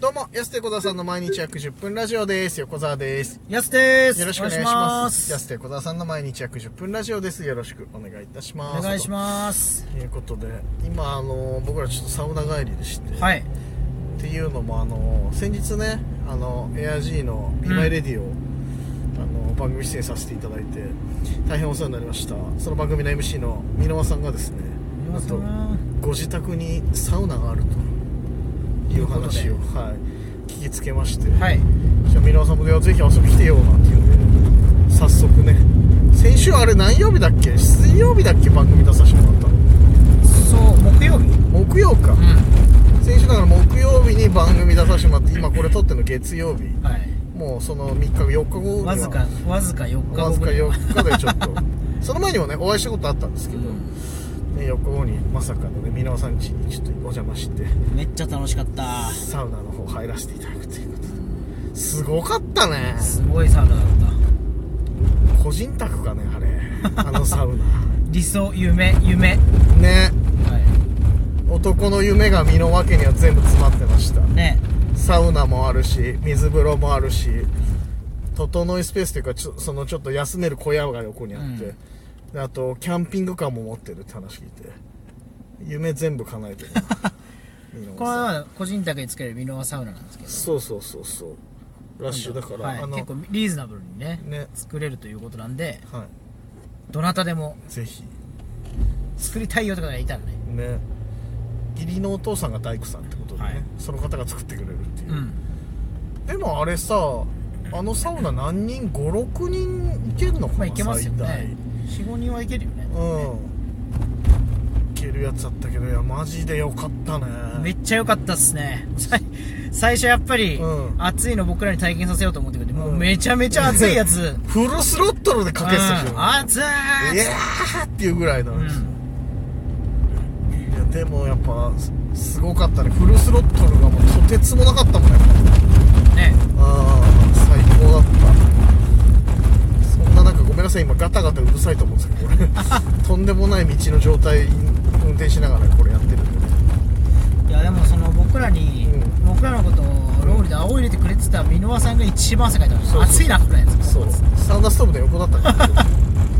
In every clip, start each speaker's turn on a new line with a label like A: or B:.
A: どうも、安手小沢さんの毎日約10分ラジオです。横澤です。
B: やすです
A: よろしくお願いします。
B: お願いし
A: 安手小沢さんの毎日約10分ラジオです。よろしくお願いいたしま
B: ま
A: す。
B: すお願いします
A: ということで、今、あの、僕らちょっとサウナ帰りでして、
B: はい
A: っていうのも、あの、先日ね、あの、エア G のビマイレディを、あの、番組出演させていただいて、大変お世話になりました。その番組の MC の箕輪さんがですね、
B: 箕輪さん
A: なんとご自宅にサウナがあるという話を、
B: という
A: はい、聞きつけまして、
B: はい
A: じゃあ箕輪さんもぜひ遊び来てよなんていうんで早速ね先週あれ何曜日だっけ水曜日だっけ番組出させてもらったの
B: そう木曜日
A: 木曜か
B: ん
A: 先週だから木曜日に番組出させてもらって今これ撮ってるの月曜日
B: はい
A: もうその3日後4日後には
B: わずかわずか4日後
A: わずか
B: ぐらい
A: 4日でちょっ とその前にもねお会いしたことあったんですけ
B: う
A: ど、
B: ん
A: ね、4日後にまさかのね箕輪さん家にちょっとお邪魔して
B: めっちゃ楽しかった
A: サウナの方入らせていただくということですごかったね
B: すごいサウナだった
A: 個人宅かねあれあのサウナ
B: 理想夢夢
A: ね
B: は
A: 男の夢が身の訳には全部詰まってました
B: いね
A: サウナもあるし水風呂もあるし整いスペースというかちょそのちょっと休める小屋が横にあって、
B: うん
A: であとキャンピングカーも持ってるって話聞いて夢全部叶え てるな箕輪
B: これ
A: さん
B: は個人宅につけるミノワサウナなんですけど
A: そうそうそうそうラッシュだから、
B: はい
A: あの
B: 結構リーズナブルにね
A: ね
B: 作れるということなんで
A: は
B: どなたでも
A: いぜひ
B: 作りたいよとかがいたらね
A: ね義理のお父さんが大工さんってことでね、
B: はい
A: その方が作ってくれるっていうう、
B: ん
A: でもあれさあのサウナ何人56人いけるのかな、
B: まあいけますよ
A: 最大
B: ね45人はいけるよね
A: うんいけるやつだったけどいやマジでよかったね
B: めっちゃ良かったっすねさい最初やっぱり、
A: うん
B: 暑いの僕らに体験させようと思ってくれて、もううんめちゃめちゃ暑いやつ うん
A: フルスロットルでかけてたじゃん
B: 暑い
A: いやーっていうぐらいの、
B: うん
A: いやでもやっぱすすごかったねフルスロットルがもうとてつもなかったもんね
B: ね
A: ああ最高だったそんな中ごめんなさい今ガタガタうるさいと思うんですけどこれとんでもない道の状態運転しながらこれやってるんでね
B: いやでもその僕らに、
A: うん
B: 僕らのことをロールで青入れてくれてた箕輪さんが一番汗かいてまし
A: そう
B: た
A: そうそう
B: 暑いなこれやつ
A: そうサウナストーブの横だったから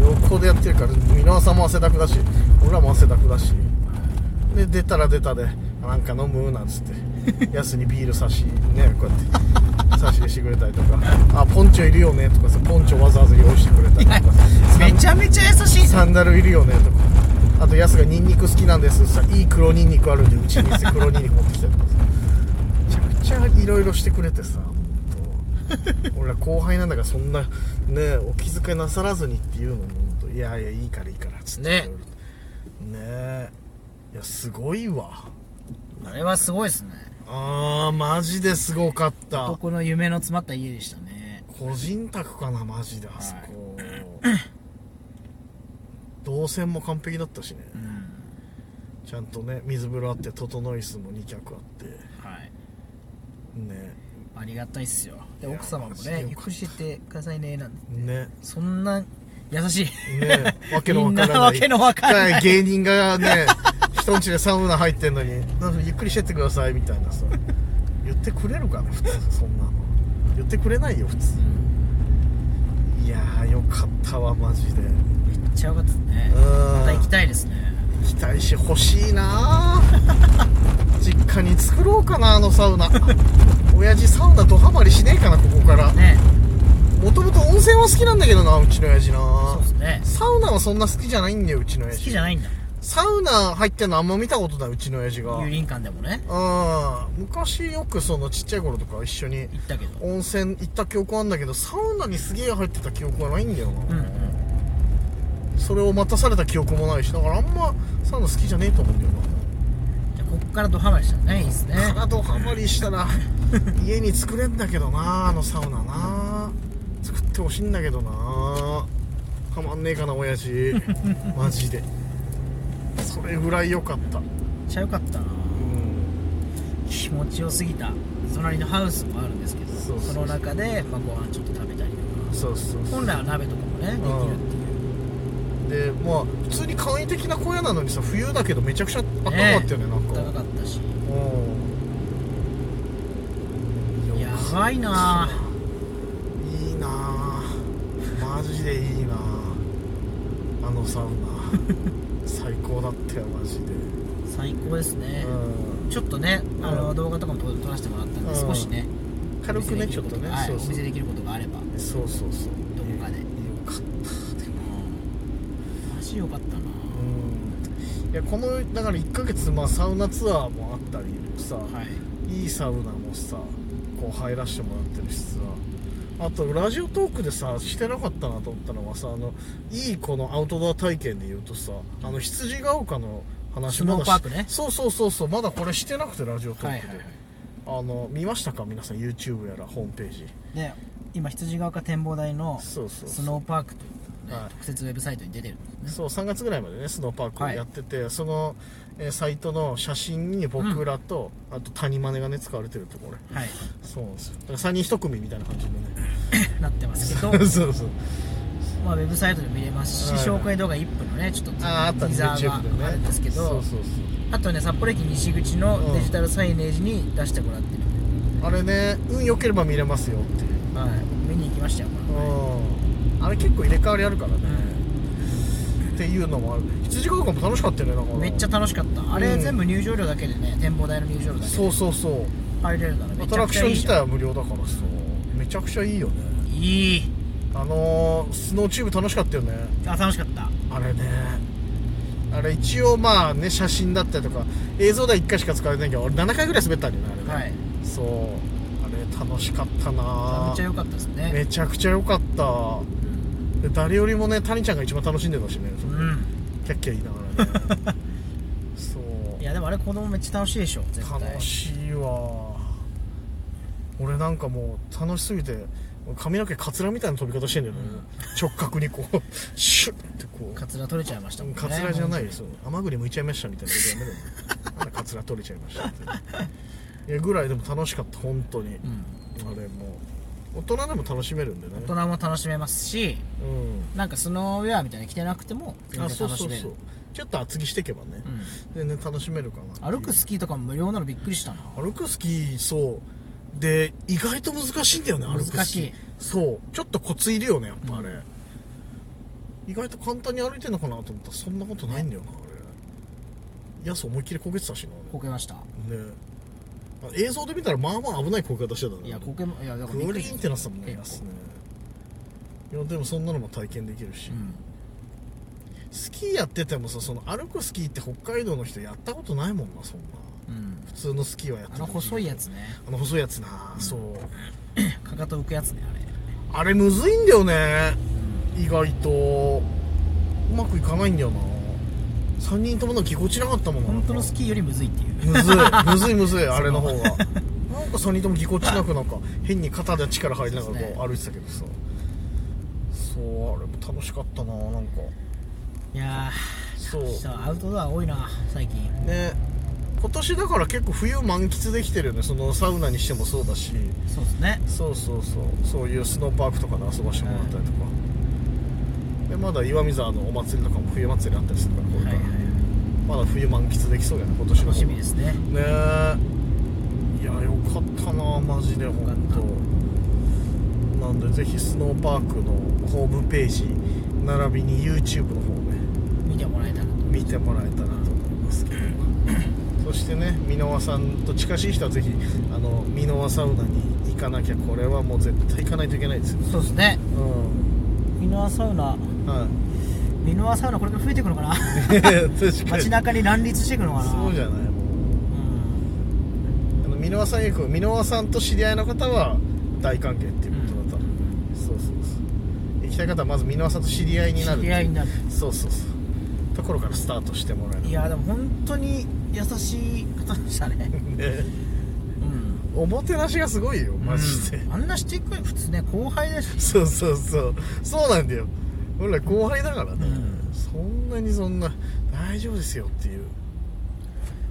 A: 横でやってるから箕輪さんも汗だくだし俺らも汗だくだしで出たら出たでなんか飲むなんつってやすにビール差しねこうやって差し入れしてくれたりとかあポンチョいるよねとかさポンチョわざわざ用意してくれたりとか
B: めちゃめちゃ優しい
A: サンダルいるよねとかあとヤスがニンニク好きなんですさいい黒ニンニクあるんでうちに行って黒ニンニク持ってきたりとかさめちゃくちゃいろいろしてくれてさ本当俺ら後輩なんだからそんなねお気遣いなさらずにっていうのも本当いやいやいいからいいからつって
B: ね
A: ねえいやすごいわ
B: あれはすごいですね
A: あーマジですごかった
B: 男の夢の詰まった家でしたね
A: 個人宅かなマジであそこ、動線も完璧だったしね、
B: うん
A: ちゃんとね水風呂あって整い椅子も2脚あって
B: はい
A: ね
B: ありがたいっすよで
A: いや
B: 奥様も
A: マジでよか
B: ねゆ
A: っ
B: ったくりしてってくださいねなんて
A: ね
B: そんな優しい
A: ねわけのわからな
B: みん
A: い
B: なわけのわからない
A: 芸人がね人んちでサウナ入ってんのになんかゆっくりしてってくださいみたいなさ言ってくれるかな普通そんなの言ってくれないよ普通いやーよかったわマジで
B: めっちゃ良かったですね
A: うん
B: また行きたいですね
A: 期待し欲しいなー実家に作ろうかなあのサウナ親父サウナドハマりしねえかなここから
B: ね
A: もともと温泉は好きなんだけどなうちの親父な
B: そうですね
A: サウナはそんな好きじゃないんだようちの
B: 好
A: 親
B: き
A: 父
B: じゃないんだ
A: サウナ入ってんのあんま見たことないうちの親父が
B: 油林館でもね
A: うん昔よくそのちっちゃい頃とか一緒に
B: 行ったけど
A: 温泉行った記憶はあんだけどサウナにすげえ入ってた記憶はないんだよ
B: う
A: な、
B: んうん
A: それを待たされた記憶もないしだからあんまサウナ好きじゃねえと思うんだよ
B: じゃあこっからドハマりしたらねいいですね
A: な体ドハマりした ら家に作れんだけどなあのサウナな作ってほしいんだけどなはまんねえかな 親父マジでそれぐらい良かった
B: めっちゃ良かったな
A: うん
B: 気持ちよすぎた隣のハウスもあるんですけど
A: そうそうそう
B: の中で、まあ、ご飯ちょっと食べたりとか
A: そうそうそう
B: 本来は鍋とかもねできるっていう
A: でまあ普通に簡易的な小屋なのにさ冬だけどめちゃくちゃ暖かかったよねなんか
B: 暖かかったし
A: うん
B: 高いない
A: いなあマジでいいなああの サウナ最高だったよマジで
B: 最高ですね、
A: うん
B: ちょっとねあの、
A: うん
B: 動画とかも撮撮らせてもらったん
A: う
B: で、
A: ん
B: 少しね
A: 軽くねちょっとね、
B: はい、
A: そ
B: お
A: うそう
B: 見せできることがあれば、うん、
A: そうそうそう
B: どこかで
A: よかったでも
B: マジ良かったな
A: うんいやこのだから1ヶ月、まあ、サウナツアーもあったりさ、
B: はい
A: いいサウナもさこう入らせてもらってるしさあとラジオトークでさしてなかったなと思ったのはさあのいいこのアウトドア体験で言うとさあの羊ヶ丘の話
B: スノ
A: ま
B: ー
A: だし
B: パークね
A: そうそうそうそうまだこれしてなくてラジオト
B: は
A: ー
B: い
A: クで、
B: はいはい
A: あの見ましたか皆さん YouTube やらホームページ
B: で今羊ヶ丘展望台のス
A: そうそうそう
B: ノーパークという、ね
A: はい
B: 特設ウェブサイトに出てるんですね
A: そう3月ぐらいまでねスノーパークを
B: はい
A: やってて、その、えーサイトの写真に僕らと、あと谷真似がね使われてるところ
B: はい
A: そうなんですよだから3人1組みたいな感じでね
B: なってます けど
A: そ うそう
B: まあウェブサイトで見れますし、
A: はい
B: 紹介動画1分のねちょっと
A: あーあったね
B: ティザー
A: YouTube でね
B: があるんですけど
A: そうそうそ
B: あとね札幌駅西口
A: うん
B: のデジタルサイネージに出してもらってる、
A: うあれね運良ければ見れますよっていう
B: はい、見に行きましたよ、
A: うんあれ結構入れ替わりあるからね、っていうのもある羊ヶ丘も楽しかったよねだから
B: めっちゃ楽しかったあれ全部入場料だけでね展望台の入場料だけ
A: そうそうそう
B: 入れるならめ
A: ア
B: ち
A: ト
B: ゃ
A: ラ
B: く
A: ク
B: ち
A: ショ
B: ゃ
A: ン
B: いい
A: 自
B: じゃ
A: 体は無料だからそうめちゃくちゃいいよね
B: んいい
A: あのースノーチューブ楽しかったよね
B: あ楽しかった
A: あれねあれ一応まあね写真だったりとか映像では1回しか使われてないけど俺7回ぐらい滑ったんだよねあれね、
B: はいめ
A: そうあれ楽しかったな
B: っちゃ良かったですね
A: めちゃくちゃ良かったで誰よりもね谷ちゃんが一番楽しんでたしね
B: う
A: その
B: ん
A: キャッキャ言いながら ねそう
B: いやでもあれ子供めっちゃ楽しいでしょ絶対
A: 楽しいわ俺なんかもう楽しすぎて髪の毛カツラみたいな飛び方してんだよね、直角にこうシュッてこ
B: カツラ取れちゃいましたも
A: うん
B: ね
A: カツラじゃないですよ甘栗むいちゃいましたみたいなことやめろなんだカツラ取れちゃいました っていやぐらいでも楽しかった本当に、
B: うん
A: あれもう大人でも楽しめるんでね
B: 大人も楽しめますし
A: うん
B: なんかスノーウェアみたいに着てなくても全
A: あ
B: 然
A: そう
B: 楽
A: そ
B: し
A: う
B: め
A: そ
B: る
A: うちょっと厚着していけばね、全然楽しめるかな
B: うん歩くスキーとかも無料なのびっくりしたな
A: 歩くスキーそうで意外と難しいんだよね歩くスキー
B: 難しい
A: そうちょっとコツいるよねやっぱあれ、意外と簡単に歩いてんのかなと思ったらそんなことないんだよなあれやす思いっきり焦げてたしな
B: こけました
A: あれねあ映像で見たらまあまあ危ない焦げ方してたね
B: いやこけもいやだか
A: グ
B: らびっく
A: リ
B: り
A: ーンってなってたもんね
B: 結構
A: やすねいやでもそんなのも体験できるし、
B: うん
A: スキーやっててもさその歩くスキーって北海道の人やったことないもんなそんな
B: うん
A: 普通のスキーはやって
B: あ
A: た
B: の細いやつ ね
A: あの細いやつな、そう
B: かかと浮くやつねあれ
A: あれむずいんだよね意外とうまくいかないんだよな3人ともなんかぎこちなかったもんな
B: 本当のス
A: キ
B: キーよりむずいっていう
A: むずいむずいむず いあれの方がなんか3人ともぎこちなくなんか変に肩で力入りながら
B: そうです
A: こう歩いてたけどさそう,、あれも楽しかったななんか
B: いや
A: そう
B: ーさあアウトドア多いな最近
A: ね今年だから結構冬満喫できてるよねそのサウナにしてもそうだし
B: そうですね
A: そうそうそうそういうスノーパークとかで遊ばしてもらったりとか、でまだ岩見沢のお祭りとかも冬祭りあったりするからこれか
B: はい
A: ら、
B: はい
A: まだ冬満喫できそうやね今年の
B: 楽しみですね
A: ねえいやよかったなマジで
B: かった
A: 本当なんでぜひスノーパークのホームページ並びに YouTube の方ね
B: 見てもらえたらと
A: 見てもらえたらと思いますけどそしてね箕輪さんと近しい人はぜひあの箕輪サウナに行かなきゃこれはもう絶対行かないといけないですよ
B: そうですね
A: うん
B: ミノアサウナ
A: はい
B: ミノアサウナこれから増えていくのかな
A: 確かに
B: 街中に乱立していくのかな
A: そうじゃないもう
B: うん
A: あの箕輪さんよく箕輪さんと知り合いの方は大歓迎っていうことだった、そうそうそう行きたい方はまず箕輪さんと知り合いになる
B: 知り合いになる
A: そうそうそうところからスタートしてもらえる
B: いやでも本当に優しい方でした ね
A: ね
B: うん
A: おもてなしがすごいよマジで、
B: うんあんなしていく普通ね後輩だし
A: そうそうそうそうなんだよ俺ら後輩だからね、
B: うん
A: そんなにそんな大丈夫ですよっていう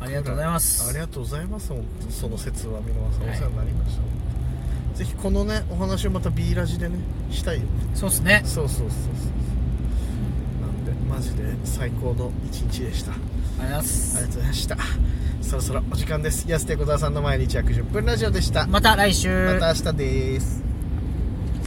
B: ありがとうございます
A: ありがとうございます本当にその説は皆さんお世話になりました、ぜひこのねお話をまた B ラジでねしたいよね
B: そうですね
A: そうそうそうそうそうなんでマジで最高の一日でしたあり
B: ありがとうございます
A: がとうございましたそろそろお時間です安手小沢さんの毎日約10分ラジオでしたま
B: また来週
A: た明日です